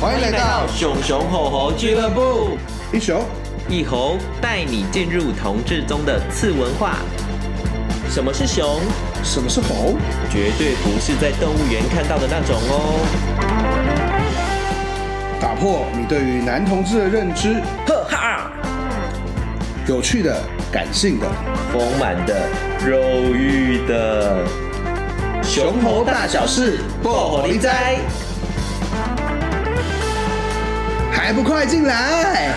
欢迎来到熊熊吼吼俱乐部，一雄。一猴带你进入同志中的次文化。什么是熊？什么是猴？绝对不是在动物园看到的那种哦。打破你对于男同志的认知，呵哈，有趣的、感性的，丰满的，肉欲的，熊猴大小事，爆火力哉！还不快进来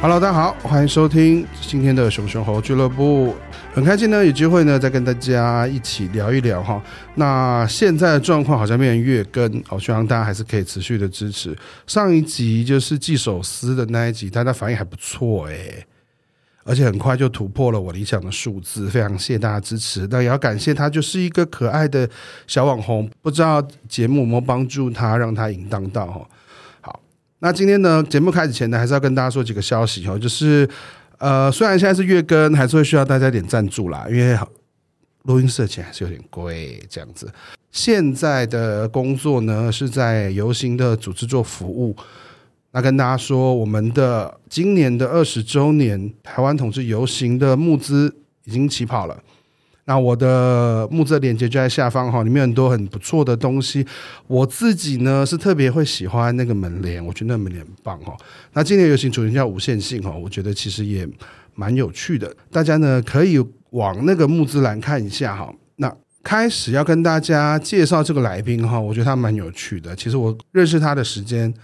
！Hello，大家好，欢迎收听今天的熊熊猴俱乐部。很开心呢，有机会呢再跟大家一起聊一聊哈。那现在的状况好像变成月更哦，希望大家还是可以持续的支持。上一集就是寄手撕的那一集，大家反应还不错诶。而且很快就突破了我理想的数字，非常谢谢大家支持。那也要感谢他，就是一个可爱的小网红，不知道节目有没有帮助他，让他淫荡到哈。好，那今天呢，节目开始前呢，还是要跟大家说几个消息哦，就是呃，虽然现在是月更，还是会需要大家一点赞助啦，因为录音室的钱还是有点贵，这样子。现在的工作呢是在游行的组织做服务。那跟大家说，我们的今年的二十周年台湾同志游行的募资已经起跑了。那我的募资链接就在下方哈，里面很多很不错的东西。我自己呢是特别会喜欢那个门帘，我觉得那门帘很棒哦。那今年游行主题叫无限性哦，我觉得其实也蛮有趣的。大家呢可以往那个募资栏看一下哈。那开始要跟大家介绍这个来宾哈，我觉得他蛮有趣的。其实我认识他的时间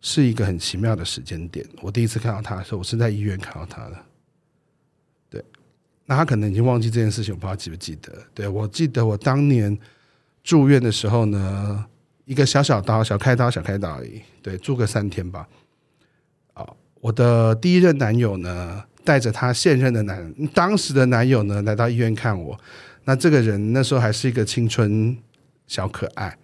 是一个很奇妙的时间点。我第一次看到他的时候，我是在医院看到他的。对，那他可能已经忘记这件事情，我不知道记不记得。对我记得我当年住院的时候呢，一个小小刀、小开刀、小开刀而已。对，住个三天吧。哦，我的第一任男友呢，带着他现任的男，当时的男友呢，来到医院看我。那这个人那时候还是一个青春小可爱，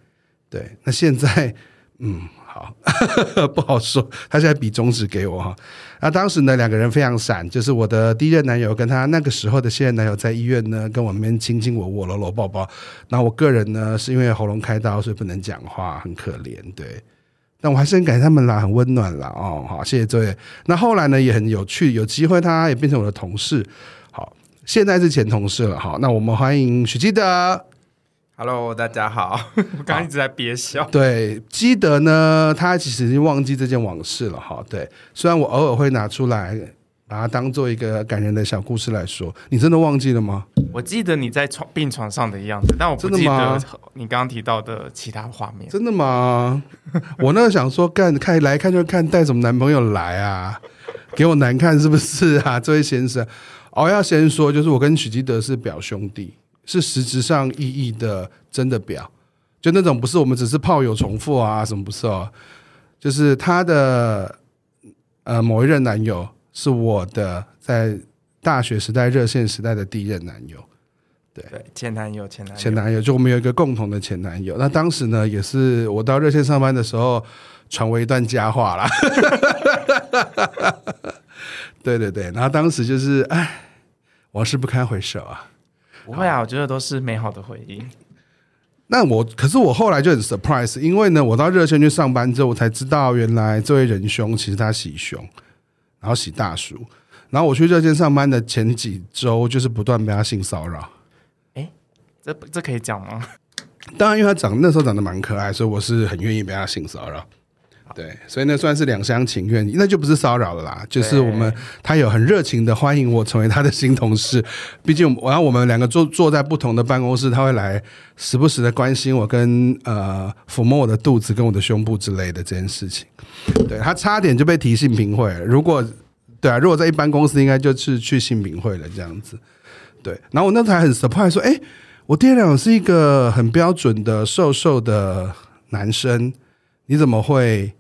对。那现在，嗯，好， 不好说。他现在比中指给我哈。那当时呢，两个人非常闪，就是我的第一任男友跟他那个时候的现任男友在医院呢，跟我们亲亲我我搂搂抱抱。那我个人呢，是因为喉咙开刀，所以不能讲话，很可怜，对。但我还是很感谢他们啦，很温暖啦，哦，好，谢谢这位。那后来呢，也很有趣，有机会他也变成我的同事，好，现在是前同事了，好，那我们欢迎许基德。 Hello，大家好。 我刚刚一直在憋笑。对，基德呢，他其实已经忘记这件往事了哈。对，虽然我偶尔会拿出来，把它当做一个感人的小故事来说。你真的忘记了 吗？我记得你在床病床上的样子，但我不真的记吗得你刚刚提到的其他画面。真的吗？我那时候想说，干看来看就看，带什么男朋友来啊？给我难看是不是啊？这位先生，哦，要先说，就是我跟许基德是表兄弟，是实质上意义的真的表，就那种不是我们只是炮友重复啊，什么不是哦，就是他的呃某一任男友是我的在大学时代热线时代的第一任男友。对，前男友，前男友，前男友，就我们有一个共同的前男友。那当时呢，也是我到热线上班的时候，传为一段佳话啦。 对对对，然后当时就是，哎，往事不堪回首啊。不会啊，我觉得都是美好的回忆。那我可是我后来就很 surprise，因为呢，我到热线去上班之后，我才知道原来这位仁兄其实他喜兄，然后喜大叔。然后我去热线上班的前几周，就是不断被他性骚扰。这这可以讲吗？当然，因为他长那时候长得蛮可爱，所以我是很愿意被他性骚扰。对，所以那算是两厢情愿，那就不是骚扰了啦，就是我们他有很热情的欢迎我成为他的新同事。毕竟我，然后我们两个坐坐在不同的办公室，他会来时不时的关心我跟呃抚摸我的肚子跟我的胸部之类的这件事情。对他差点就被提性平会了，如果对啊，如果在一般公司，应该就是去性平会了这样子。对，然后我那时候还很 surprise 说，哎、我爹娘是一个很标准的瘦瘦的男生，你怎么会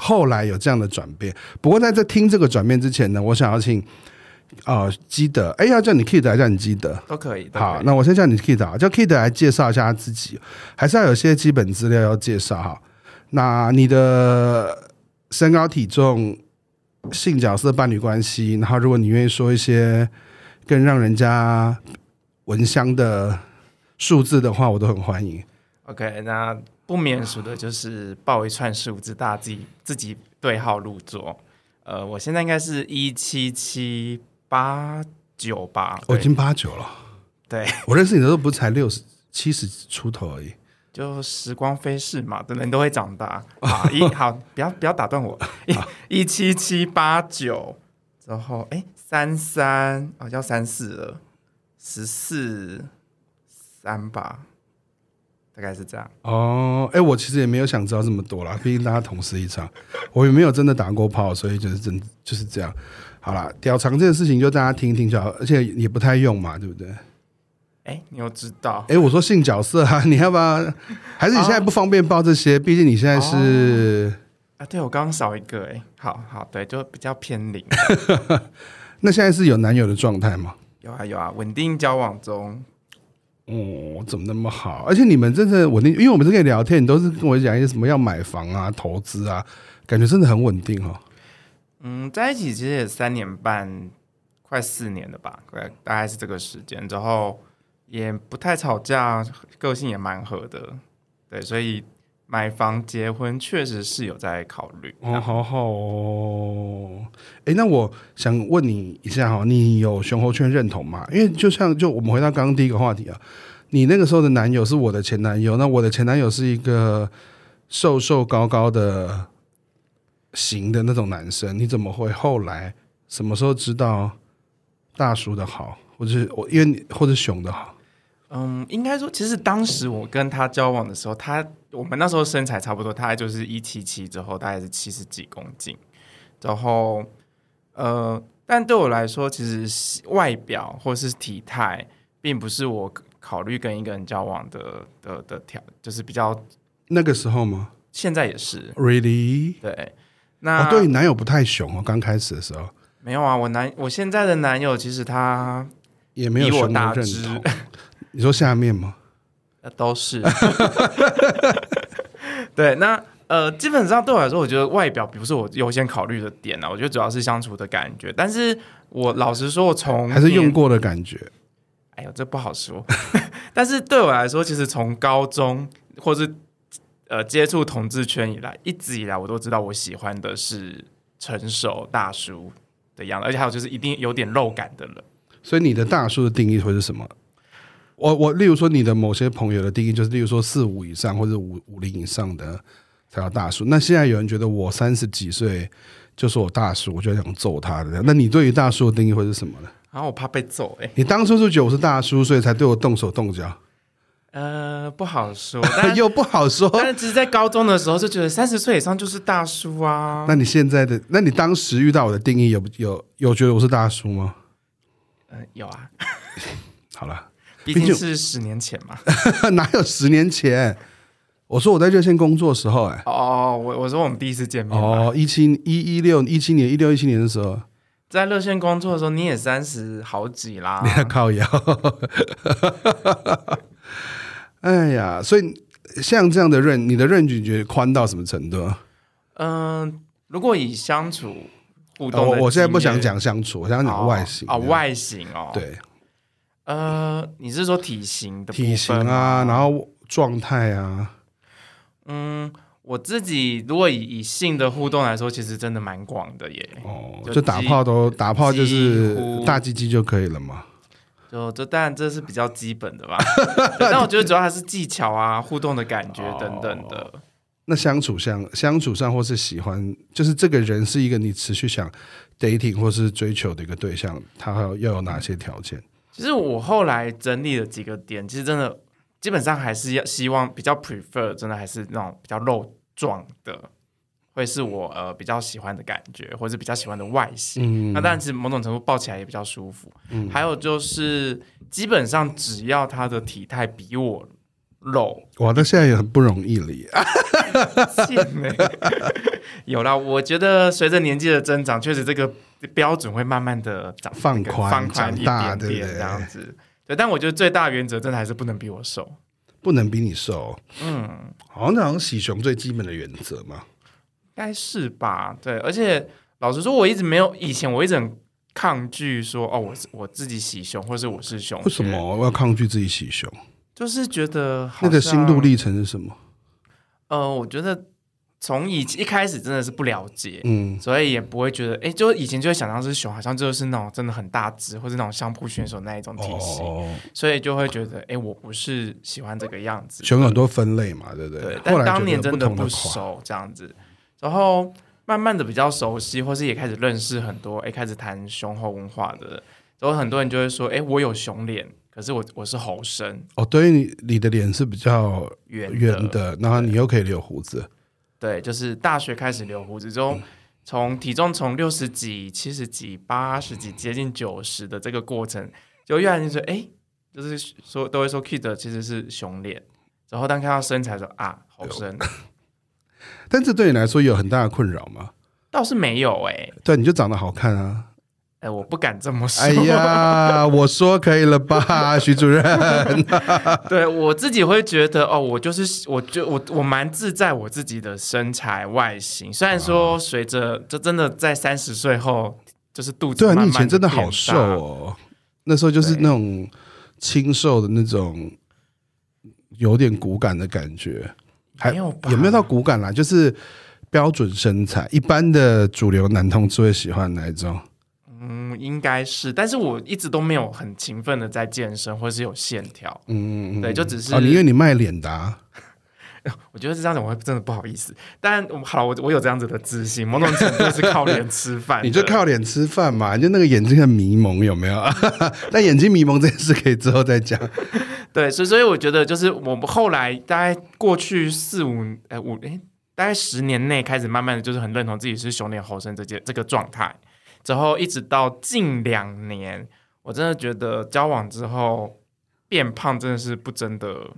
后来有这样的转变？不过在这听这个转变之前呢，我想要请呃基德，哎，要叫你 Kid 还是叫你基德？ 都可以。都可以好，那我先叫你 Kid 啊，叫 Kid 来介绍一下他自己，还是要有些基本资料要介绍哈。那你的身高、体重、性角色、伴侣关系，然后如果你愿意说一些更让人家闻香的数字的话，我都很欢迎。 OK，那不免俗的就是报一串数字，大家自己自己对号入座。呃，我现在应该是一七七八九吧，我已对经八九了，对，我认识你的时候不是才六十七十出头而已。就时光飞逝嘛，等人都会长大。 好，一好，不要不要打断我，一一七七八九，然后哎三三哦要三四了，十四三吧，大概是这样。哦，哎，我其实也没有想知道这么多啦，毕竟大家同时一场，我也没有真的打过炮，所以就是真就是这样。好啦，屌长这件事情就大家听一听就好，而且也不太用嘛，对不对？哎，你又知道？哎，我说性角色啊， 你要不要？还是你现在不方便报这些？毕竟你现在是……啊，对我刚刚少一个哎，好好对，就比较偏零。那现在是有男友的状态吗？有啊有啊，稳定交往中。哦，怎么那么好？而且你们真的稳定，因为我们是可以聊天，你都是跟我讲一些什么要买房啊、投资啊，感觉真的很稳定哦。嗯，在一起其实也三年半，快四年了吧，快大概是这个时间。之后也不太吵架，个性也蛮合的，对，所以买房结婚确实是有在考虑。哦，好好哦。哎，那我想问你一下哈、你有雄猴圈认同吗？因为就像就我们回到刚刚第一个话题啊，你那个时候的男友是我的前男友，那我的前男友是一个瘦瘦高高的型的那种男生，你怎么会后来什么时候知道大叔的好，或者是我因为你或者熊的好？嗯，应该说，其实当时我跟他交往的时候，他我们那时候身材差不多，大概就是一七七之后，大概是七十几公斤。然后，呃，但对我来说，其实是外表或是体态，并不是我考虑跟一个人交往的的的条，就是比较那个时候吗现在也是？Really？对。哦那、，对，你男友不太熊哦，刚开始的时候没有啊，我男我现在的男友其实他也没有比我熊大的认只，同。你说下面吗？呃，都是。 对，那呃，基本上对我来说，我觉得外表不是我优先考虑的点啊，我觉得主要是相处的感觉。但是我老实说，我从还是用念，过的感觉。哎呦，这不好说。 但是对我来说，其实从高中或是呃接触同志圈以来，一直以来我都知道我喜欢的是成熟大叔的样子，而且还有就是一定有点肉感的人。所以你的大叔的定义会是什么？我我例如说你的某些朋友的定义就是，例如说四五以上或者五五零以上的才叫大叔。那现在有人觉得我三十几岁就说我大叔，我就想揍他的。那你对于大叔的定义会是什么呢？然后我怕被揍、哎，你当初是觉得我是大叔，所以才对我动手动脚，哎呃，不好说。但又不好说。但是只是在高中的时候就觉得三十岁以上就是大叔啊。那你现在的，那你当时遇到我的定义有有有觉得我是大叔吗？嗯、有啊，好了， 毕竟竟是十年前 嘛。哪有十年前？我说我在热线工作的时候、哎。哦，我我说我们第一次见面嘛，哦，一七一一六一七年一六一七年的时候，在热线工作的时候你也三十好几啦你。还靠腰。 哎呀，所以像这样的认，你的认你觉得宽到什么程度？嗯、如果以相处互呃动的经我验、我现在不想讲相处，我想讲外形啊哦哦，外形哦，，对呃，你是说体型的部分体型啊，吗然后状态啊，嗯，我自己如果以以性的互动来说，其实真的蛮广的耶。哦，就就打炮都打炮就是几乎大鸡鸡就可以了嘛。就这当然这是比较基本的吧，对但我觉得主要还是技巧啊、互动的感觉等等的。那相处上相处上或是喜欢，就是这个人是一个你持续想 dating 或是追求的一个对象，他还有要有哪些条件？其实我后来整理了几个点，其实真的基本上还是要希望比较 prefer，真的还是那种比较肉壮的，会是我呃比较喜欢的感觉，或者比较喜欢的外嗯形。那当然，其实某种程度抱起来也比较舒服。还有就是，基本上只要他的体态比我肉，哇，那现在也很不容易了耶。 贱呢、 有啦，我觉得随着年纪的增长，确实这个标准会慢慢的长放宽放宽一长大点对点不对这样子。对，但我觉得最大原则真的还是不能比我瘦。不能比你瘦，嗯，好像那好像喜熊最基本的原则嘛。应该是吧？对，而且老实说，我一直没有以前我一直很抗拒说哦，我是我自己喜胸，或是我是熊。为什么？我要抗拒自己喜熊？就是觉得好那个心路像历程是什么？呃，我觉得从以一开始真的是不了解，嗯所以也不会觉得，哎，就以前就会想象是熊，好像就是那种真的很大只，或是那种相扑选手那一种体型，哦，所以就会觉得，哎，我不是喜欢这个样子。熊有很多分类嘛，对不对？对，后但来当觉年得真不同的不款，熟这样子，然后慢慢的比较熟悉，或是也开始认识很多，哎，开始谈熊猴文化的，然后很多人就会说，哎，我有熊脸，可是我我是猴身哦，对于你你的脸是比较圆圆的，然后你又可以留胡子，对，就是大学开始留胡子之嗯后，从体重从六十几、七十几、八十几接近九十的这个过程，就越来越觉得，哎，就是说都会说 Kid 其实是熊脸，然后当看到身材说啊，猴身但这对你来说有很大的困扰吗？倒是没有哎、诶对，你就长得好看啊！哎，我不敢这么说。哎呀，我说可以了吧，徐主任？对我自己会觉得哦，我就是我就我我蛮自在我自己的身材外形，虽然啊说随着就真的在三十岁后，就是肚子对啊，慢慢你以前真的好变瘦大，哦，那时候就是对那种清瘦的那种，有点骨感的感觉，还没有吧也没有到骨感啦，就是标准身材，一般的主流男同志会喜欢哪一种？嗯，应该是，但是我一直都没有很勤奋的在健身或是有线条，嗯嗯嗯，对，就只是、哦，你因为你卖脸的、啊，我觉得是这样子，我会真的不好意思，但我好，我我有这样子的自信，某种程度是靠脸吃饭， 你就。靠脸吃饭嘛，你就那个眼睛很迷蒙，有没有？ 但眼睛迷蒙这件事可以之后再讲。对，所以所以我觉得就是我们后来大概过去四五呃五诶，大概十年内开始慢慢的就是很认同自己是熊脸猴身这件这个状态，之后一直到近两年，我真的觉得交往之后变胖真的是不争的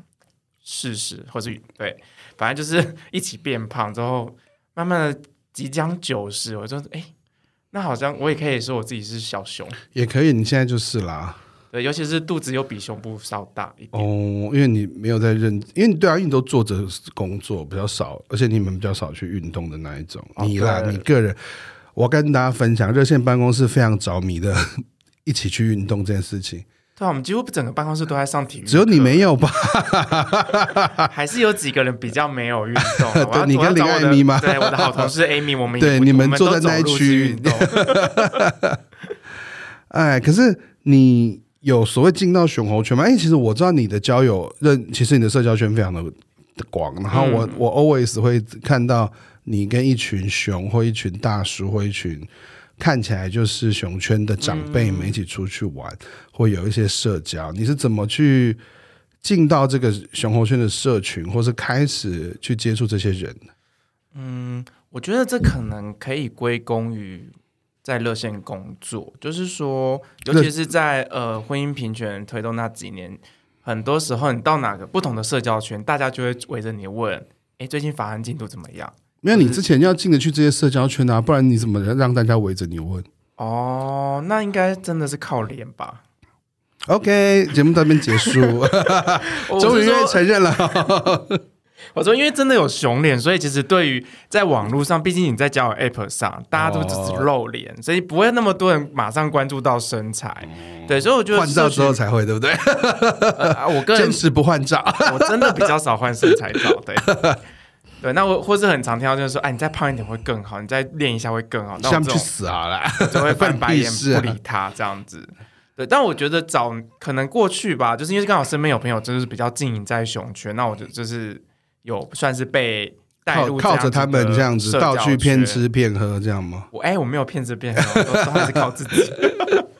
事实，或是对，反正就是一起变胖之后，慢慢的即将九十，我就诶，那好像我也可以说我自己是小熊，也可以，你现在就是啦。对，尤其是肚子又比胸部稍大一点。哦，因为你没有在认，因为你对啊，因为你都做着工作比较少，而且你们比较少去运动的那一种。啊哦你啦，对你个人，我跟大家分享，热线办公室非常着迷的， 一起去运动这件事情。对啊，我们几乎整个办公室都在上体育，啊只有你，没有吧？还是有几个人比较没有运 动。我对要你跟我要找我的林艾米吗对，我的好同事 Amy，我们也对不你我们们坐在都那一走路区去域运动。 哎，可是你有所谓进到熊猴圈吗？哎因为其实我知道你的交友认，其实你的社交圈非常的广，然后我、我 always 会看到你跟一群熊或一群大叔或一群看起来就是熊圈的长辈们一起出去玩，或有一些社交，你是怎么去？进到这个熊猴圈的社群，或是开始去接触这些人，我觉得这可能可以归功于在热线工作，就是说，尤其是在呃婚姻平权推动那几年，很多时候你到哪个不同的社交圈，大家就会围着你问：“哎，最近法案进度怎么样没有你之前要进得去这些社交圈啊，不然你怎么让大家围着你问？”哦，那应该真的是靠脸吧？ OK，节目到这边结 束，终于我是愿说意承 认了。我说，因为真的有熊脸，所以其实对于在网络上，毕竟你在交友 App 上，大家都只是哦露脸，所以不会那么多人马上关注到身材。对，所以我觉得嗯换照之后社才会，对不对？群呃啊我个人坚持不换照，我真的比较少换身材照， 对。对，那我或是很常听到就是说，哎、你再胖一点会更好，你再练一下会更好。那我像这去种死啊好了。就会翻白眼 关你屁事啊不理他这样子。对，但我觉得早可能过去吧，就是因为刚好身边有朋友就是比较经营在熊圈，那我就就是有算是被带靠入靠着他们这样子这样到的社交处骗吃圈。骗喝，这样吗？我哎、我没有骗吃骗喝，都都还是靠自己。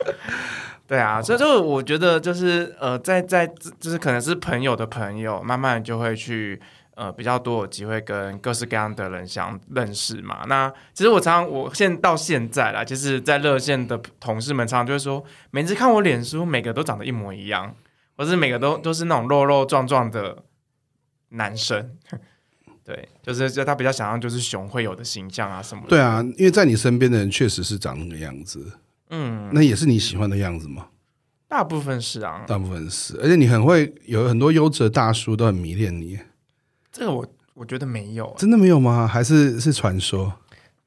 对啊，所以就我觉得就是呃，在在就是可能是朋友的朋友，慢慢就会去呃比较多有机会跟各式各样的人相认识嘛。那其实我常常我现到现在啦，就是在热线的同事们常常就会说，每次看我脸书，每个都长得一模一样，或是每个都都是那种肉肉壮壮的男生。 对，就是就他比较想要就是熊会有的形象啊什么的。对啊，因为在你身边的人确实是长那个样子，嗯，那也是你喜欢的样子嘛。大部分是啊，大部分是，而且你很会，有很多优质的大叔都很迷恋你，这个我我觉得没有，真的没有吗？还是是传说？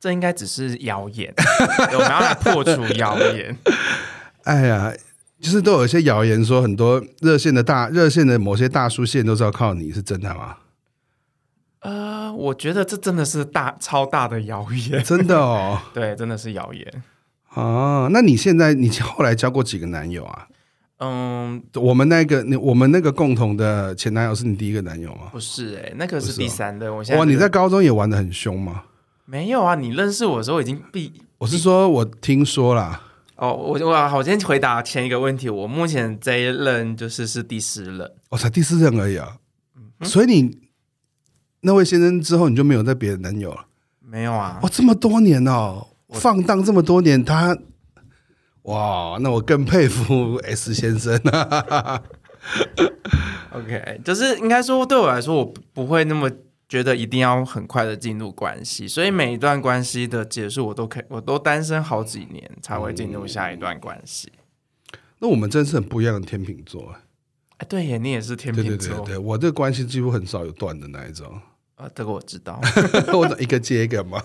这应该 只是谣言，对我们要来破除谣言。哎呀，就是都有一些谣言说很多热线的大热线的某些大叔线都是要靠你，是真的吗？呃，我觉得这真的是大超大的谣 言，真的哦对，真的是谣言。啊！那你现在你后来交过几个男友啊？嗯，我们那个你我们那个共同的前男友是你第一个男友吗？不是哎、那个不是是第哦三任。我现在哇，你是在高中也玩的很凶吗？没有啊？你认识我的时候已经毕我是说，我听说啦，哦，我我好，我先回答前一个问题。我目前这一任就是是第四任，我、哦才第四任而已啊。嗯所以你那位先生之后，你就没有在别的男友了？没有啊哇，？这么多年哦，放荡这么多年，他哇，那我更佩服 S 先生 啊。 OK，就是应该说对我来说，我不不会那么觉得一定要很快的进入关系，所以每一段关系的结束，我都可以，我都单身好几年才会进入下一段关系。那我们真是很不一样的天秤座啊，哎、对耶，你也是天对对秤对座对，我这个关系几乎很少有断的那一 种。啊，这个我知道。我一个接一个嘛。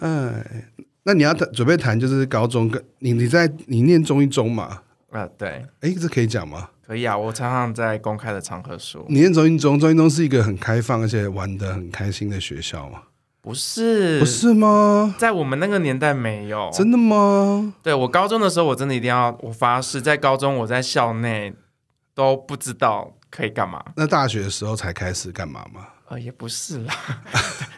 哎，那你要谈准备谈就是高中跟你你在你念中一中嘛？啊，对，哎，这可以讲吗？可以啊，我常常在公开的场合说，你念中一中，中一中是一个很开放而且玩的很开心的学校嘛？不是，不是吗？在我们那个年代没有。真的吗？对我高中的时候，我真的一定要，我发誓，在高中我在校内都不知道可以干嘛。那大学的时候才开始干嘛嘛？呃，也不是啦，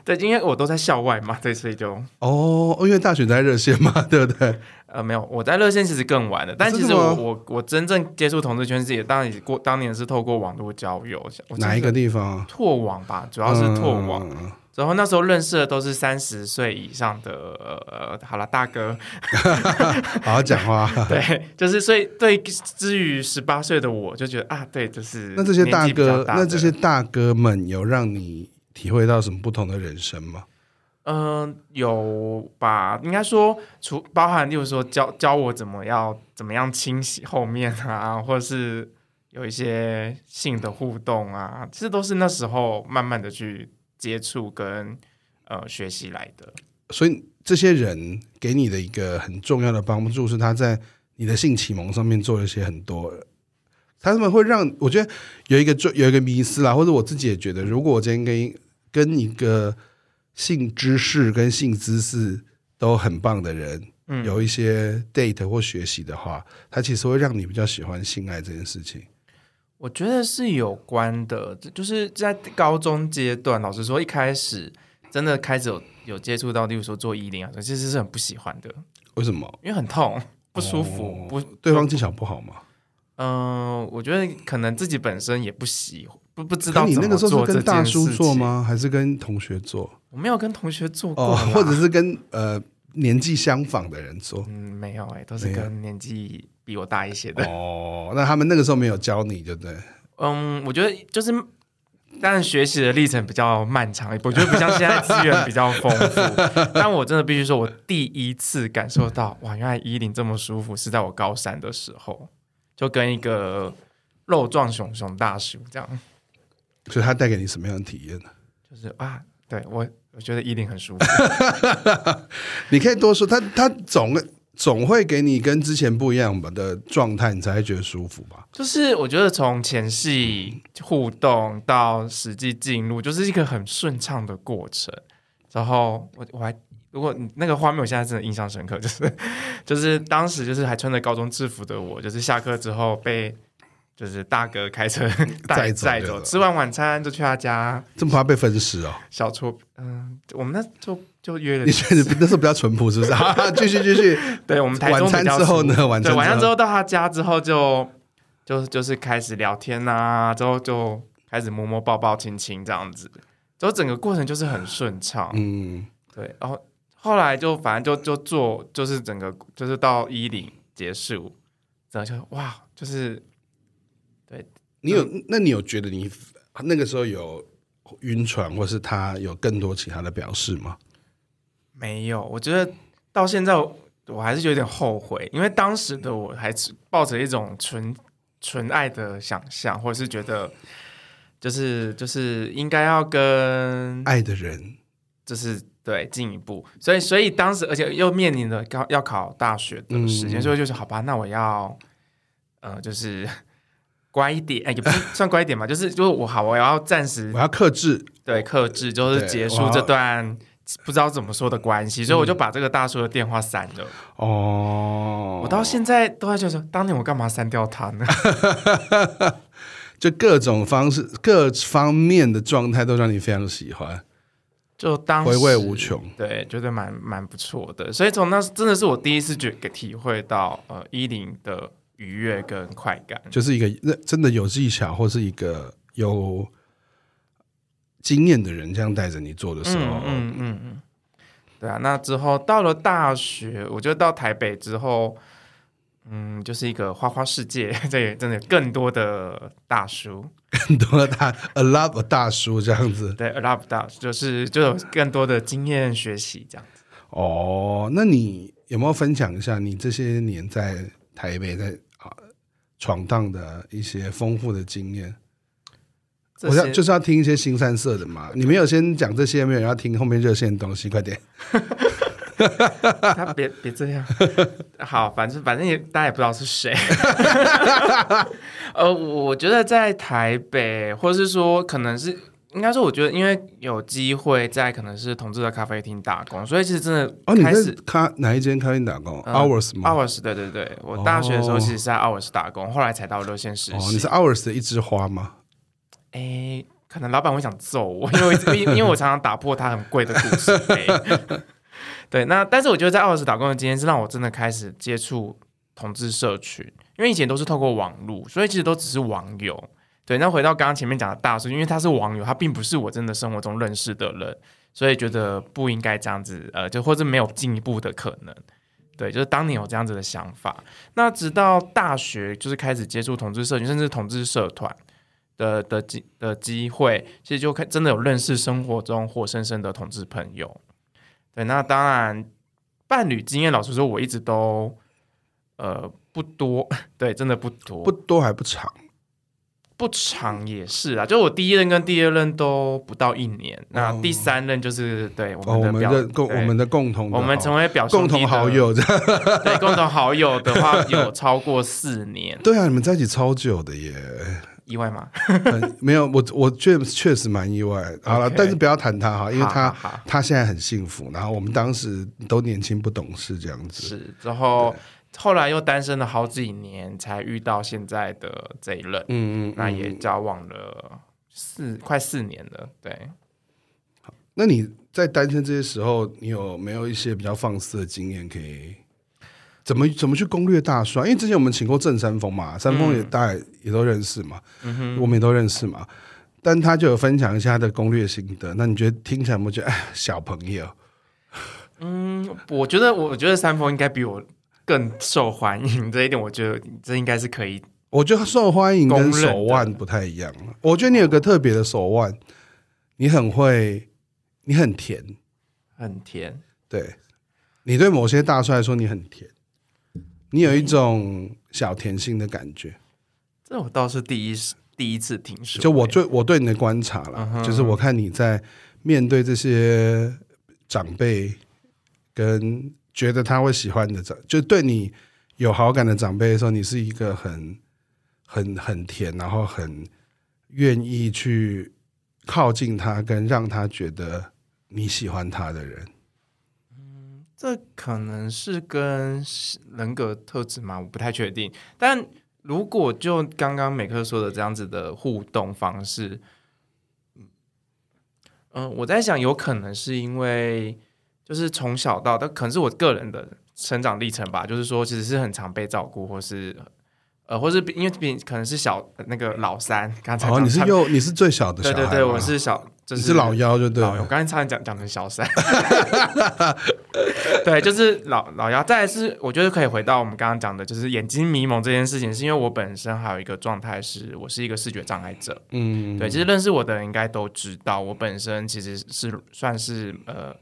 对，因为我都在校外嘛，对，所以就哦，因为大学在热线嘛， 对不对？呃没有，我在热线其实更晚的，但啊真其的实我吗我我真正接触同志圈是也当然也过当年是透过网络交友，我哪一个记地方？得拓网吧，主要是拓网，嗯，然后那时候认识的都是三十岁以上的呃，好了 大哥，好好讲话。 对，就是所以对至于十八岁的我就觉得啊，对，就是那这些年大纪比较哥，大那这些的大哥们有让你体会到什么不同的人生吗？嗯，有吧？应该说，除包含，例如说教教我怎么要怎么样清洗后面啊，或者是有一些性的互动啊，这都是那时候慢慢的去接触跟呃学习来的。所以这些人给你的一个很重要的帮助是，他在你的性启蒙上面做了一些很多，他们会让我觉得有一个就有一个迷思啦，或者我自己也觉得，如果我今天跟一跟一个性知识跟性知识都很棒的人。嗯有一些 date 或学习的话，他其实会让你比较喜欢性爱这件事情。我觉得是有关的，就就是在高中阶段，老实说，一开始真的开始有有接触到，例如说做衣领啊，其实是很不喜欢的，为什么？因为很痛，不舒服，哦不对方技巧不好吗？嗯，我觉得可能自己本身也不喜不不知那道你怎那个么时候做是这跟大件事叔做情？吗？还是跟同学做？我没有跟同学做过哦啦，或者是跟呃年纪相仿的人做。嗯没有哎、都是没有跟年纪比我大一些 的。哦，那他们那个时候没有教你，对不对？嗯，我觉得就是，当然学习的历程比较漫长，我觉得不像现在资源比较丰富。但我真的必须说，我第一次感受到哇，原来衣领这么舒服，是在我高三的时候，就跟一个肉壮熊熊大叔这样，所以他带给你什么样的体验呢？就是啊，对我我觉得衣领很舒服。你可以多说，他他总总会给你跟之前不一样吧的状态，你才会觉得舒服吧？就是我觉得从前戏互动到实际进入，就是一个很顺畅的过程。然后我我还如果你那个画面，我现在真的印象深刻，就是 就是当时就是还穿着高中制服的我，就是下课之后被就是大哥 开车带载走载对走，了吃完晚餐就去他家这么怕被分尸 哦？小搓，嗯，我们那就就约了你，觉得那时候比较淳朴是不是？ 哈哈继续继 续，对我们台晚中餐比较之后熟呢？晚餐对，晚上之后后到他家之后就就就是开始聊天呐、之后就开始摸摸抱抱亲亲这样子，之后整个过程就是很顺畅，嗯，对，然后后来就反正就就做就是整个就是到一零结束，然后就哇，就是你有那你有觉得你那个时候有晕船，或是他有更多其他的表示吗？没有，我觉得到现在我我还是有点后悔，因为当时的我还是抱着一种纯纯爱的想象，或者是觉得。就是就是应该要跟爱的人就是对进一步，所以所以当时而且又面临着高要考大学的时间，嗯所以就是好吧，那我要呃，就是 乖一点，哎、也不是算乖一点嘛，就是就是我好，我要暂时我要克制，对克制，就是对结我束要嗯这段不知道怎么说的关系，所以我就把这个大叔的电话删了。哦，我到现在都在觉得说，当年我干嘛删掉他呢？ 就各种方式、各方面的状态都让你非常喜嗯欢，就当时回味无穷。对，觉得蛮蛮不错的。所以从那真的是我第一次觉体会到呃依林的愉悦跟快感。就是一个那真的有技巧或是一个有经验的人这样带着你做的时候，嗯嗯嗯嗯，对啊。那之后到了大学，我觉得到台北之后，嗯，就是一个花花世界， 这也真的有更多的大叔，很多大 a lot of 大叔这样子。对 a l o v e 大叔，就是就有更多的经验学习这样。哦，那你有没有分享一下你这些年在台北在啊闯荡的一些丰富的经验？这我要些就是要听一些新三色的嘛。你没有先讲这些，没有人要听后面热线的东西，快点。他别别这样。 好，反正反正也大家也不知道是谁。 呃，我觉得在台北，或是说可能是。应该说，我觉得因为有机会在可能是同志的咖啡厅打工，所以其实真哦，的你开在始、咖哪一间咖啡厅打工、呃 h o u r s 吗？ hours 对对对，我大学的时候其实是在 hours 打工，后来才到热线实哦，习。你是 Hours 的一枝花吗？哎、可能老板会想揍我，因为我一直因为因为我常常打破他很贵的故事杯。 对，那但是我觉得在 hours 打工的经验是让我真的开始接触同志社群，因为以前都是透过网络，所以其实都只是网友。对，那回到刚刚前面讲的大叔，因为他是网友，他并不是我真的生活中认识的人，所以觉得不应该这样子，呃，就或者没有进一步的可能。对，就是当年有这样子的想法。那直到大学，就是开始接触同志社群，甚至同志社团的的机的机会，其实就开真的有认识生活中活生生的同志朋友。对，那当然伴侣经验，老实说，我一直都呃不多， 对，真的不多，不多还不长。不长也是啊，就我第一任跟第二任都不到一年，那哦第三任就是对我哦，我们的们表、的共对我们的共同的我们好成为啊表共兄弟同的好，友，这 样 对共同好友的话有超过四年对啊，你们在一起超久的 耶，意外吗？很没有我我确确实蛮意 外。好了 OK 但是不要谈他 哈，因为他哈哈哈他现在很幸福，然后我们当时都年轻不懂事这样子。是，然后后来又单身了好几年，才遇到现在的这一任，嗯嗯，那也交往了四快四年了，对。那你在单身这些时候，你有没有一些比较放肆的经验可以？怎么怎么去攻略大帅？因为之前我们请过郑山峰嘛，山嗯峰也大家也都认识嘛，我们也都认识嘛。但他就有分享一下他的攻略心得。那你觉得听起来我觉得哎，小朋友嗯，我觉得，我觉得三丰应该比我更受欢迎，这一点我觉得这应该是可以我觉得受欢迎跟公认的手腕不太一样了。我觉得你有个特别的手腕，你很会，你很甜，很甜。对你对某些大帅来说你很甜，你有一种小甜心的感觉。这我倒是第一次第一次听说欸，就我对我对你的观察嗯啦，哼就是我看你在面对这些长辈跟觉得他会喜欢你的长，就对你有好感的长辈的时候，你是一个很很很甜，然后很愿意去靠近他，跟让他觉得你喜欢他的人。这可能是跟人格特质嘛，我不太确定。但如果就刚刚美克说的这样子的互动方式，嗯、呃我在想，有可能是因为就是从小到大，可能是我个人的成长历程吧，就是说其实是很常被照顾，或是呃，或是比因为比可能是小那个老三，刚才哦，讲你是差幼，你是最小的小对孩吗，对对，我是小，就你是老幺，就对老我了。刚才差点讲讲成小三， 对，就是老老妖。再来是，我觉得可以回到我们刚刚讲的，就是眼睛迷蒙这件事情，是因为我本身还有一个状态是，我是一个视觉障碍者。嗯，对，其实认识我的人应该都知道，我本身其实是算是呃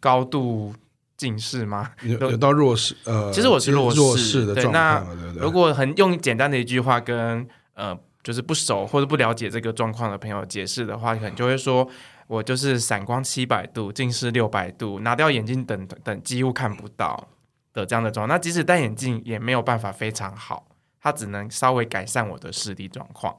高度近视吗？有有到弱势，呃，其实我是弱势弱势的对状那况了，对不对？如果很用简单的一句话跟呃，就是不熟或者不了解这个状况的朋友解释的话，可能就会说我就是散光七百度，近视六百度，拿掉眼镜等等几乎看不到的这样的状况。那即使戴眼镜也没有办法非常好，它只能稍微改善我的视力状况。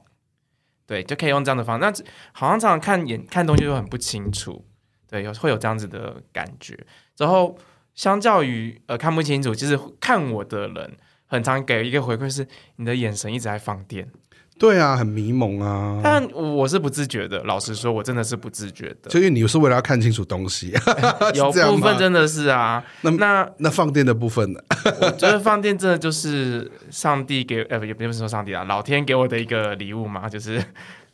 对，就可以用这样的方式。那好像常常看眼看东西都很不清楚，对，有会有这样子的感觉。然后，相较于呃看不清楚，就是看我的人，很常给一个回馈是你的眼神一直在放电。对啊，很迷蒙啊。但我是不自觉的，老实说，我真的是不自觉的。所以你是为了要看清楚东西， 有这样部分吗真的是啊，那那那放电的部分呢？我觉得放电真的就是上帝给，呃，不也不是说上帝啊，老天给我的一个礼物嘛，就是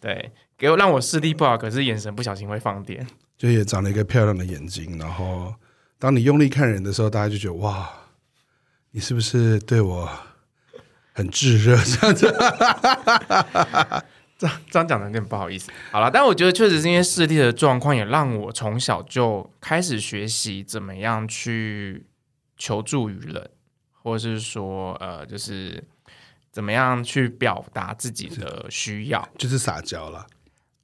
对，给我让我视力不好，可是眼神不小心会放电。就也长了一个漂亮的眼睛，然后当你用力看人的时候，大家就觉得哇，你是不是对我很炙热？这样子，这样这样讲的有点不好意思。好了，但我觉得确实是因为视力的状况，也让我从小就开始学习怎么样去求助于人，或者是说，呃，就是怎么样去表达自己的需要。就是撒娇啦。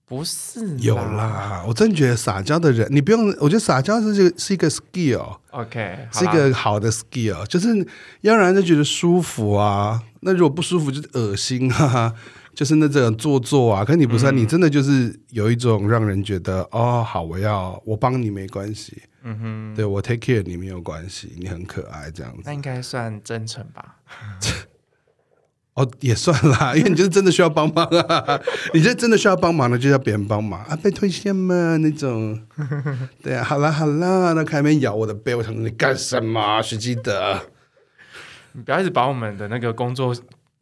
不是有啦，我真觉得撒娇的人，你不用，我觉得撒娇是这个是一个 skill， ，OK，好是一啦个好的 skill，就是要让人家觉得舒服啊。那如果不舒服，就是恶心啊， 就是那种做作啊。可是你不嗯是、啊，你真的就是有一种让人觉得哦，好，我要我帮你没关系，嗯哼，对我 take care 你没有关系，你很可爱这样子那。应该算真诚吧？哦，也算啦，因为你就是真的需要帮忙啊， 你这真的需要帮忙的，就叫别人帮忙啊，被推荐嘛那种。对啊，好啦好啦，那开门咬我的背，我想说你干什么？啊徐基德，你不要一直把我们的那个工作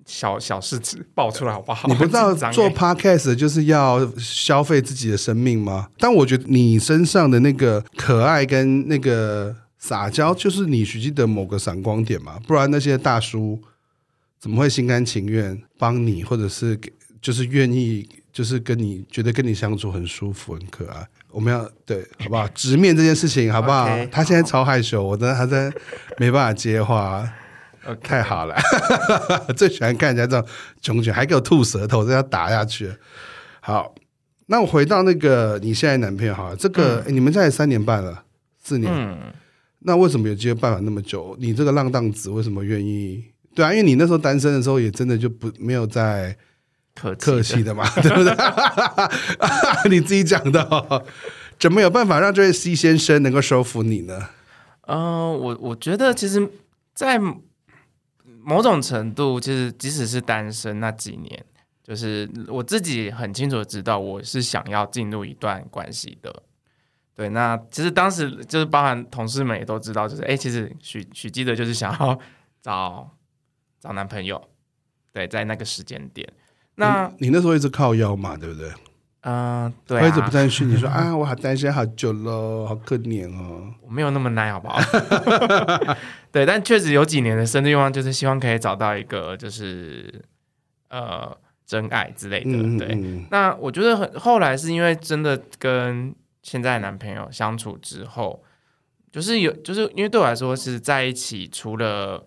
小小事情爆出来好不好？你不知道 很紧张做欸 podcast 就是要消费自己的生命吗？但我觉得你身上的那个可爱跟那个撒娇，就是你徐基德某个闪光点嘛，不然那些大叔怎么会心甘情愿帮你，或者是给就是愿意，就是跟你觉得跟你相处很舒服、很可爱。我们要对，好不好？直面这件事情，好不好 OK，他现在超害羞，我真的他在没办法接话。 OK 太好了， 最喜欢看人家这种囧囧，还给我吐舌头，这要打下去。好，那我回到那个你现在男朋友好了，这个、诶你们现在三年半了，四年，嗯，那为什么有机会办法那么久？你这个浪荡子为什么愿意？对啊，因为你那时候单身的时候也真的就不没有在客气客的气的嘛， 对不对？你自己讲的、哦，怎么有办法让这位 C 先生能够收服你呢？呃，我我觉得其实，在某某种程度，其实即使是单身那几年，就是我自己很清楚的知道，我是想要进入一段关系的。对，那其实当时就是包含同事们也都知道，就是哎、诶其实许许基德就是想要 找找男朋友，对，在那个时间点。嗯那你你那时候一直靠腰嘛，对不对？嗯、呃对他一直不啊，断训你 说啊，我好单身好久了，好可怜哦。我没有那么奶，好不 好？对，但确实有几年的生日愿望就是希望可以找到一个就是呃真爱之类的。嗯，对，嗯那我觉得很后来是因为真的跟现在的男朋友相处之后，就是有就是因为对我来说是在一起，除了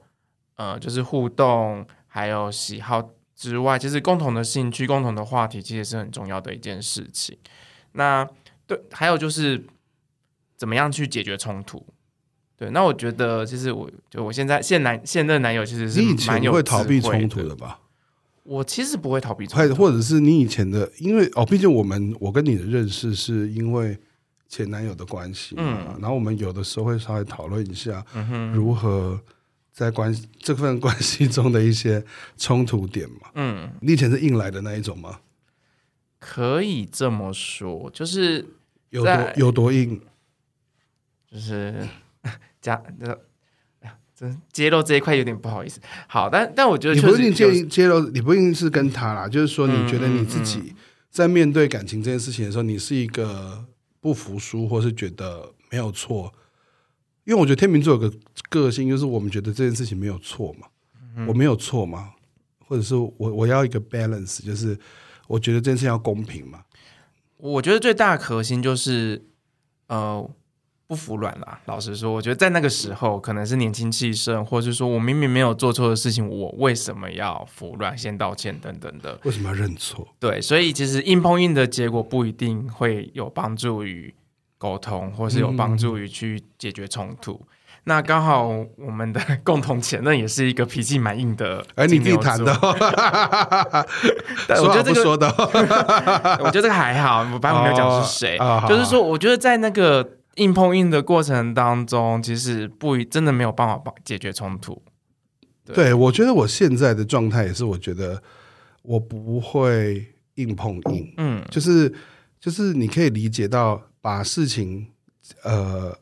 呃就是互动还有喜好之外，其实共同的兴趣、共同的话题其实是很重要的一件事情。那对，还有就是怎么样去解决冲突。对，那我觉得其实我就我现在现男现任男友其实是你以蛮前有会逃避智慧冲突的，的吧？我其实不会逃避冲或突，或者是你以前的，因为哦，毕竟我们我跟你的认识是因为前男友的关系嘛，嗯然后我们有的时候会稍微讨论一下嗯哼，如何在关系这份关系中的一些冲突点嘛。嗯。你以前是硬来的那一种吗？可以这么说，就是有多在有多硬？就是呃加那。哎呀真揭露这一块有点不好意思，好，但但我觉得你确不一实定有嗯揭揭露，你不一定是跟他啦，就是说你觉得你自己在面对感情这件事情的时候，你是一个不服输，或是觉得没有错。因为我觉得天秤座有个个性，就是我们觉得这件事情没有错嘛，嗯我没有错嘛，或者是我我要一个 balance，就是我觉得这件事情要公平嘛。我觉得最大的核心就是，呃，不服软啦。老实说，我觉得在那个时候可能是年轻气盛，或者是说我明明没有做错的事情，我为什么要服软、先道歉等等的。为什么要认错？对，所以其实硬碰硬的结果不一定嗯会有帮助于沟通，或是有帮助于去解决冲突。那刚好我们的共同前任也是一个脾气蛮硬的，哎，你自己谈的，哦，对说我觉好得不这说个，的哦，我觉得这个还好，我反正我没有讲是谁，哦哦好就是说，我觉得在那个硬碰硬的过程当中，其实不一真的没有办法帮解决冲突，对我觉得我现在的状态也是，我觉得我不会硬碰硬，嗯就是就是你可以理解到把事情呃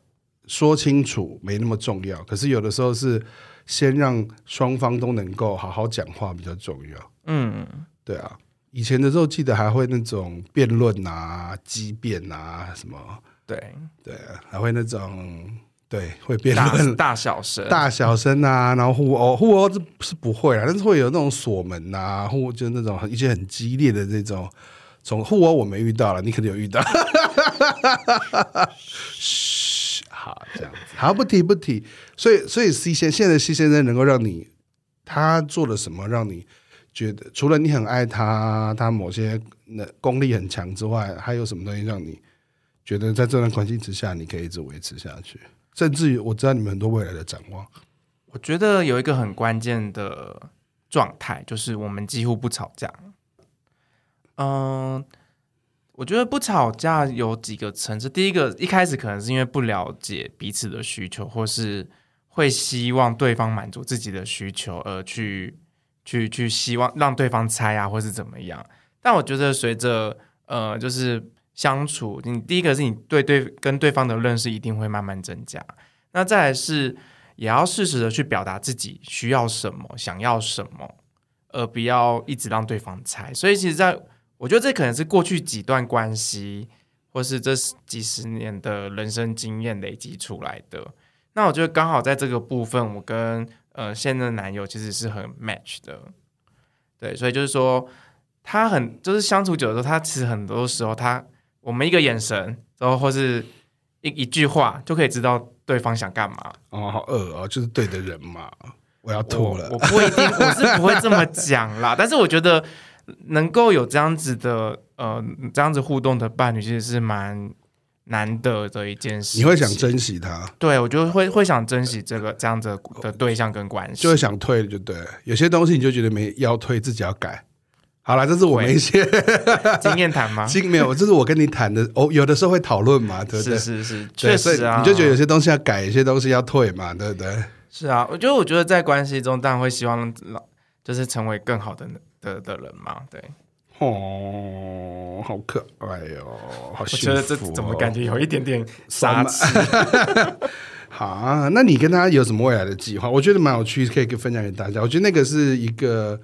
说清楚没那么重要，可是有的时候是先让双方都能够好好讲话比较重要。嗯，对啊，以前的时候记得还会那种辩论啊、激辩啊什么，对，对啊、还会那种对会辩大论大小声，大小声啊，然后互殴，互殴是是不会啊，但是会有那种锁门啊，互就是那种很一些很激烈的这种。从互殴我没遇到了，你肯定有遇到。 嘘，好，这样子，好，不提不提。所以，所以 C 先现在的 C 先生能够让你，他做了什么让你觉得，除了你很爱他，他某些那功力很强之外，还有什么东西让你觉得在这段关系之下，你可以一直维持下去？甚至于我知道你们很多未来的展望。我觉得有一个很关键的状态，就是我们几乎不吵架。嗯，我觉得不吵架有几个层次。第一个，一开始可能是因为不了解彼此的需求，或是会希望对方满足自己的需求而去去去希望让对方猜啊，或是怎么样。但我觉得随着呃，就是相处，你第一个是你对对跟对方的认识一定会慢慢增加，那再来是也要适时的去表达自己需要什么、想要什么，而不要一直让对方猜。所以，其实在我觉得这可能是过去几段关系，或是这几十年的人生经验累积出来的。那我觉得刚好在这个部分，我跟呃现任男友其实是很 match 的，对，所以就是说他很就是相处久的时候，他其实很多时候他我们一个眼神，然后或是一一句话就可以知道对方想干嘛。哦，好饿哦，就是对的人嘛，我要我吐了。我不一定，我是不会这么讲啦。 但是我觉得能够有这样子的呃这样子互动的伴侣，其实是蛮难得的一件事情。你会想珍惜他，对我就会会想珍惜这个这样子的的对象跟关系，就会想退了，就对了。有些东西你就觉得没要退，自己要改。好啦，这是我们一些经验谈吗？ 经没有，这是我跟你谈的。哦，有的时候会讨论嘛， 对不对？是是是，对确所以实啊，你就觉得有些东西要改，有些东西要退嘛，对不对？是啊。我觉得我觉得在关系中，当然会希望让就是成为更好的的的人嘛。对，哦，好可爱哟、哦，好我幸福、觉哦。得这怎么感觉有一点点酸杀吗气？好，那你跟他有什么未来的计划？我觉得蛮有趣，可以跟分享给大家。我觉得那个是一个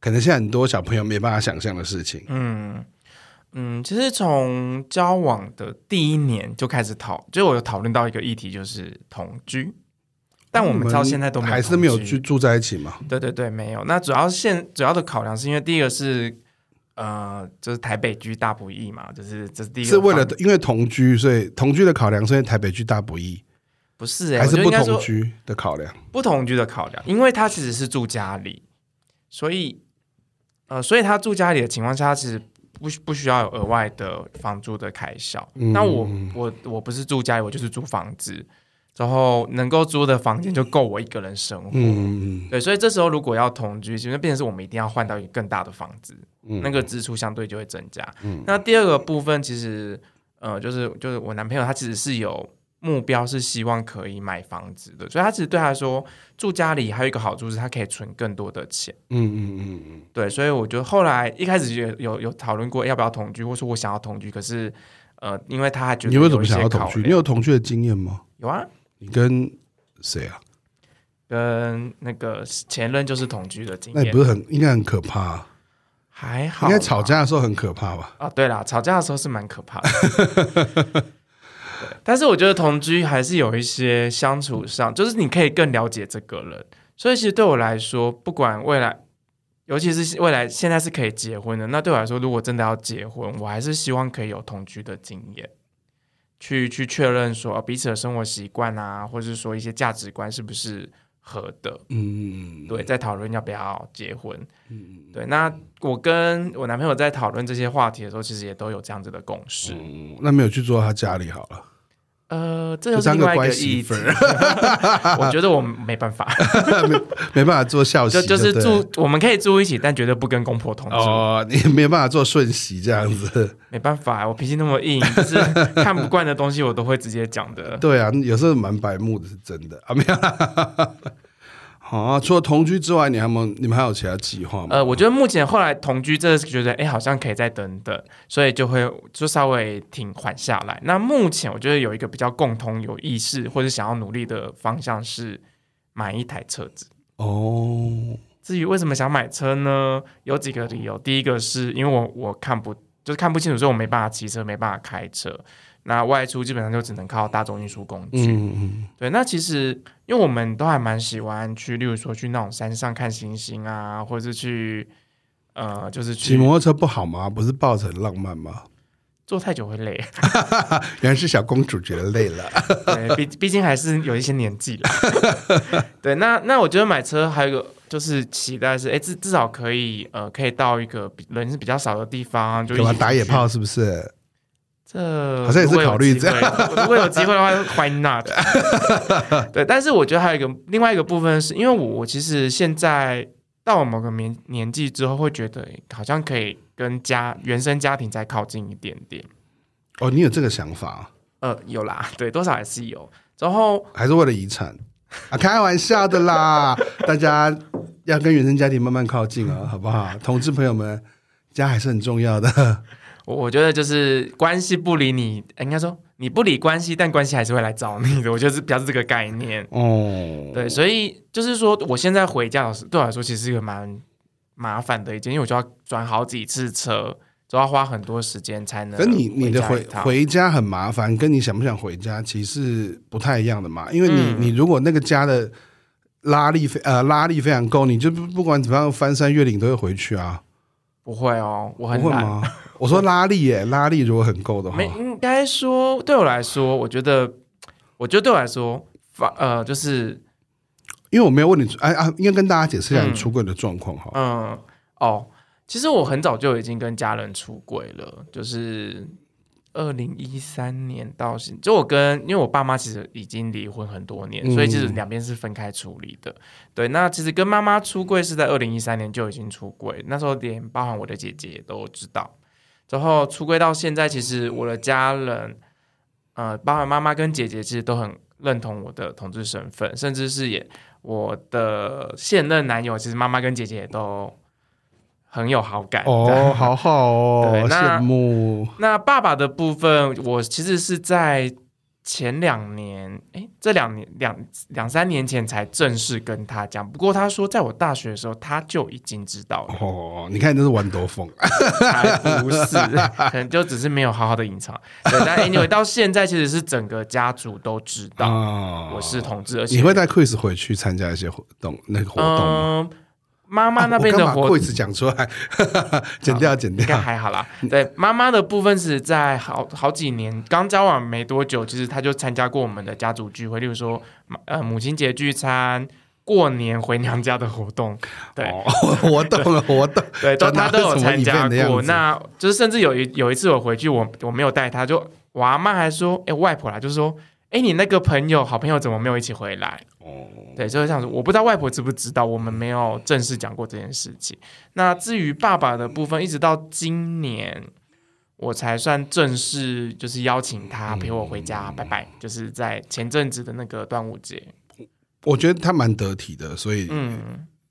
可能现在很多小朋友没办法想象的事情。嗯嗯，其实从交往的第一年就开始讨，就我有讨论到一个议题，就是同居，但我们到现在都没哦有还是没有同住住在一起嘛？对对对，没有。那主要现主要的考量是因为第一个是呃，就是台北居大不易嘛，就是这是第一个是为了方因为同居，所以同居的考量，所以台北居大不易，不是、欸、还我是觉得不应该同说居的考量？不同居的考量，因为他其实是住家里，所以呃，所以他住家里的情况下，他其实不不需要有额外的房租的开销。嗯那我我我不是住家里，我就是租房子，然后能够租的房间就够我一个人生活。嗯，对，所以这时候如果要同居，其实变成是我们一定要换到一个更大的房子，嗯那个支出相对就会增加。那第二个部分其实，呃，就是就是我男朋友他其实是有目标，是希望可以买房子的，所以他其实对他来说住家里还有一个好处是他可以存更多的钱。嗯嗯嗯嗯对，所以我觉得后来一开始就有有有讨论过要不要同居，或说我想要同居，可是呃，因为他还觉嗯，得你为什有么一些想要同考居？你量有同居的经验吗？有啊，你跟谁啊？跟那个前任就是同居的经那验，你不是很应该很可怕、啊？还好应啦，该吵架的时候很可怕吧？啊，对啦，吵架的时候是蛮可怕的。 对但是我觉得同居还是有一些相处上，就是你可以更了解这个人。所以其实对我来说，不管未来，尤其是未来现在是可以结婚的，那对我来说，如果真的要结婚，我还是希望可以有同居的经验，去去确认说、呃彼此的生活习惯啊，或是说一些价值观是不是合的。嗯，对，在讨论要不要结婚。对。那我跟我男朋友在嗯讨论这些话题的时候，其实也都有这样子的共识。嗯，那没有去住到他家里好了。呃，这又就是当另个外一乖个媳议题 妇。我觉得我没办法，没办法做孝就媳，就是对住我们可以住一起，但绝对不跟公婆同住。哦，你没办法做顺媳这样子。没办法，我脾气那么硬，就是 看不惯的东西我都会直接讲的。对啊，有时候蛮白目的，是真的啊，没有啦。好、啊，除了同居之外，你还有没有你们还有其他计哦划吗？呃，我觉得目前后来同居，这是觉得哎、诶好像可以再等等，所以就会就稍微停缓下来。那目前我觉得有一个比较共同有意识或者想要努力的方向是买一台车子。哦，至于为什么想买车呢？有几个理由。第一个是因为我我看不就是看不清楚，所以我没办法骑车，没办法开车。那外出基本上就只能靠大众运输工具。嗯嗯对，那其实因为我们都还蛮喜欢去，例如说去那种山上看星星啊，或者是去呃，就是骑去摩托车不好吗？不是抱着很浪漫吗？坐太久会累。原来是小公主觉得累 了。对，毕毕竟还是有一些年纪了。 对，那那我觉得买车还有一个就是期待是，哎，至至少可以呃，可以到一个比人是比较少的地方，就一干嘛起打野去。炮是不是？这好像也是如果有考虑机这会 如果有机会的话 ，Why not？对，但是我觉得还有一个另外一个部分是，因为我我其实现在到了某个年年纪之后，会觉得诶好像可以跟家原生家庭再靠近一点点。哦，你有这个想法，呃，有啦，对，多少还是有。然后还是为了遗产啊？ 开玩笑的 啦，大家要跟原生家庭慢慢靠近啊，好不好？同志朋友们，家还是很重要的。我我觉得就是关系不理你，呃应该说你不理关系，但关系还是会来找你的。我觉得是比较是这个概念。哦，对，所以就是说，我现在回家的时候对我来说，其实是一个蛮麻烦的一件，因为我就要转好几次车，就要花很多时间才 能可回家一趟。你你的呃回回家很麻烦，跟你想不想回家其实不太一样的嘛。因为你、嗯你如果那个家的拉力非呃拉力非常够，你就不不管怎么样翻山越岭都会回去啊，不会哦，我不很会懒。吗？我说拉力耶，拉力如果很够的话没，应该说，对我来说，我觉得，我觉得对我来说，反呃，就是因为我没有问你，哎啊，应该跟大家解释一下嗯你出柜的状况哈。嗯哦，其实我很早就已经跟家人出轨了，就是二零一三年到现，就我跟因为我爸妈其实已经离婚很多年，所以其实嗯两边是分开处理的。对，那其实跟妈妈出柜是在二零一三年就已经出柜，那时候连包含我的姐姐也都知道。然后出柜到现在，其实我的家人，呃，包含妈妈跟姐姐，其实都很认同我的同志身份，甚至是也我的现任男友，其实妈妈跟姐姐也都很有好感。这哦，样好好哦对，羡那慕。那爸爸的部分，我其实是在前两年，诶，这两年两两三年前才正式跟他讲。不过他说，在我大学的时候他就已经知道了，哦，你看你这是玩多疯，才不是， 可能就只是没有好好的隐藏。对，但 anyway，到现在其实是整个家族都知道啊我是同志，而且你会带 quiz 回去参加一些活动，那个活动吗？嗯，妈妈那边的啊我活干嘛 quiz 讲出来， 剪掉剪应该掉。还好啦。对，妈妈的部分是在好好几年刚交往没多久，其实她就参加过我们的家族聚会，例如说呃母亲节聚餐、过年回娘家的活动，对、哦， 活动了活动， 对，都真的她都有什么参加 event 的样过。子那就是甚至有一有一次我回去，我我没有带她，就我阿妈还说，哎、我外婆啦，就说。哎，你那个朋友，好朋友怎么没有一起回来？哦，对，就是这样子。我不知道外婆知不知道，我们没有正式讲过这件事情。那至于爸爸的部分，一直到今年我才算正式，就是邀请他陪我回嗯家，拜拜。就是在前阵子的那个端午节，我觉得他蛮得体的，所以嗯，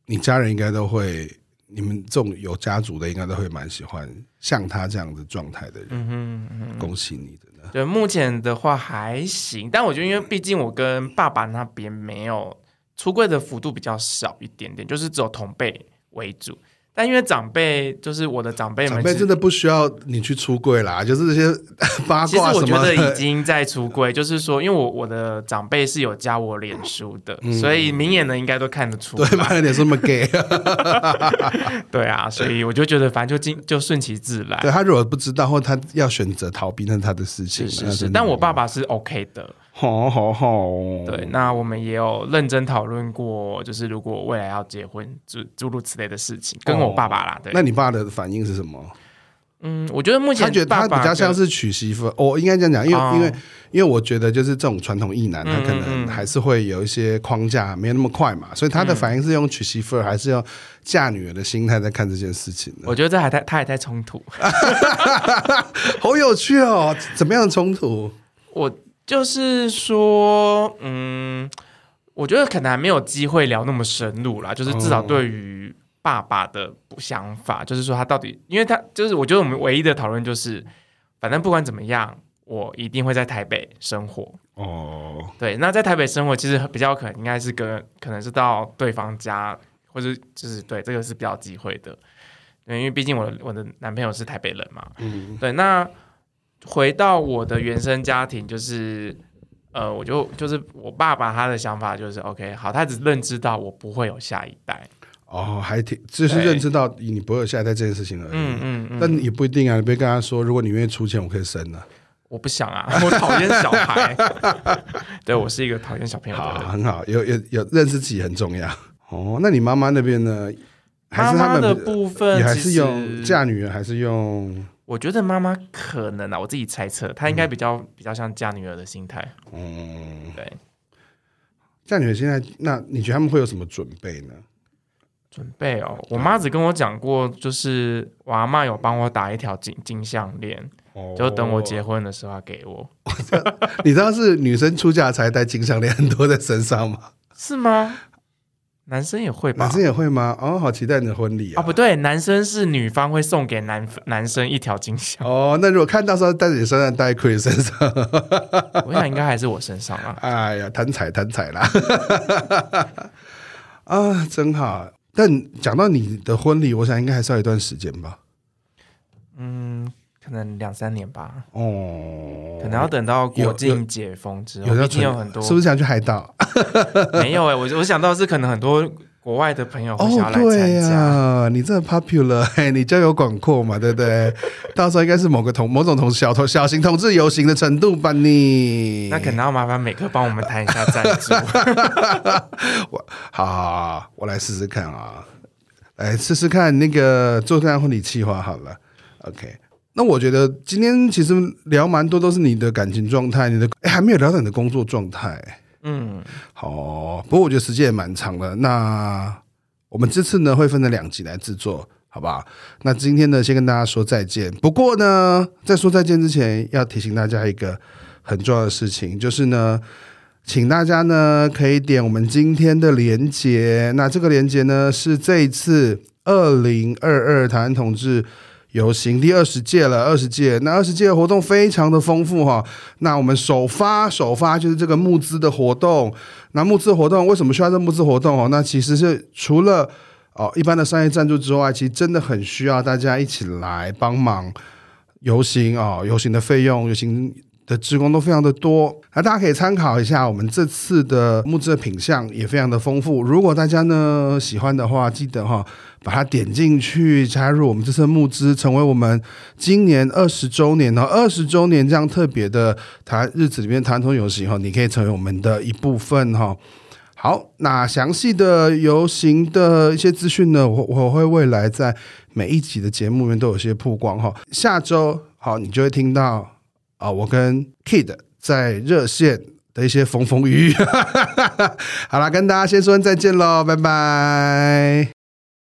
你家人应该都会，你们这种有家族的应该都会蛮喜欢像他这样的状态的人。嗯嗯恭喜你真的对，目前的话还行，但我觉得因为毕竟我跟爸爸那边没有出柜的幅度比较少一点点，就是只有同辈为主。但因为长辈，就是我的长辈们长辈是真的不需要你去出柜啦，就是这些 八其实卦我什觉么 得已的。经在出柜，就是说，因为我我的长辈是有加我脸书的，所以明眼人应该都看得出嗯 对，妈的，脸这么啊 gay，对啊，所以我就觉得反正就经就顺其自然对。啊他如果不知道或他要选择逃避，那是他的事情。那是是啊真是，的但我爸爸是 OK 的。好好好，对，嗯那我们也有认真讨论过，就是如果未来要结婚，诸诸如此类的事情，跟我爸爸啦。对，哦那你爸的反应是什么？嗯，我觉得目前他觉得他爸爸比较像跟是娶媳妇，我、应该这样讲，因为、哦因为因为我觉得就是这种传统意男，他嗯可嗯能嗯还是会有一些框架，没有那么快嘛，所以他的反应是用娶媳妇儿还是用嫁女儿的心态在看这件事情的，我觉得这还太他还太冲突。 好有趣哦，怎么样的冲突？我就是说，嗯，我觉得可能还没有机会聊那么深入啦，就是至少哦对于爸爸的想法，就是说他到底，因为他就是我觉得我们唯一的讨论就是，反正不管怎么样，我一定会在台北生活。哦，对，那在台北生活其实比较可能应该是跟可能是到对方家，或者就是对这个是比较有机会的，对因为毕竟我的我的男朋友是台北人嘛，嗯，对，那回到我的原生家庭，就是呃，我就就是我爸爸他的想法就是 OK，好，他只认知到我不会有下一代，哦，还挺，就是对认知到你不会有下一代这件事情而已。嗯嗯嗯，但也不一定啊，你别跟他说，如果你愿意出钱，我可以啊生的、我不想啊，我讨厌小孩， 对我是一个讨厌小朋友的好，人。很好，有有有认识自己很重要。哦，那你妈妈那边呢？还妈是他妈们的部分也还其是用实嫁女儿，还是用我觉得妈妈可能啊，我自己猜测，她应该比较、比较像嫁女儿的心态。嗯对，嫁女儿？现在那你觉得他们会有什么准备呢？准备哦，我妈只跟我讲过，就是我阿妈有帮我打一条金金项链，哦就等我结，婚的时候她给我， 你知道是女生出嫁才戴金项链很多在身上吗？是吗？男生也会吧 男？生也会吗？哦，好期待你的婚礼啊！啊，不对，男生是女方会送给男男生一条 金项，哦，那如果看到时候戴在你身上，戴在 Chris 身上， 我想应该还是我身上啊啦。哎呀，贪财贪财啦！ 啊，真好。但讲到你的婚礼，我想应该还是要一段时间吧。嗯，可能两三年吧，哦，可能要等到有国有境解封之后，有要哦毕竟有存很多是不是想去海岛？ 没有哎、我我想到是可能很多国外的朋友会想要哦，来对参呀、加，你这 popular，嘿， 你交友广阔嘛，对不 对？到时候应该是某个同某种同小同小型同志游行的程度吧你？那可能要麻烦美克帮我们谈一下赞 助。好好好，我来试试看啊，来试试看那个做这样婚礼计划好了。OK，那我觉得今天其实聊蛮多都是你的感情状态，你的哎还没有聊到你的工作状态。嗯，好哦，不过我觉得时间也蛮长的。那我们这次呢会分成两集来制作，好不好？那今天呢先跟大家说再见。不过呢，在说再见之前，要提醒大家一个很重要的事情，就是呢。请大家呢可以点我们今天的连接，那这个连接呢是这一次二零二二台湾同志游行第二十届了，二十届，那二十届的活动非常的丰富哈、那我们首发首发就是这个募资的活动，那募资活动为什么需要这募资活动哦？那其实是除了哦一般的商业赞助之外，其实真的很需要大家一起来帮忙游行哦，游行的费用、游行的职工都非常的多。那大家可以参考一下，我们这次的募资的品项也非常的丰富。如果大家呢喜欢的话，记得哈、把它点进去，加入我们这次的募资，成为我们今年二十周年，然后二十周年这样特别的谈日子里面谈通游行哈，你可以成为我们的一部分哈。好，那详细的游行的一些资讯呢，我我会未来在每一集的节目里面都有一些曝光哈。下周好，你就会听到啊、我跟 Kid 在热线的一些风风雨雨。好啦，跟大家先说声再见喽，拜拜。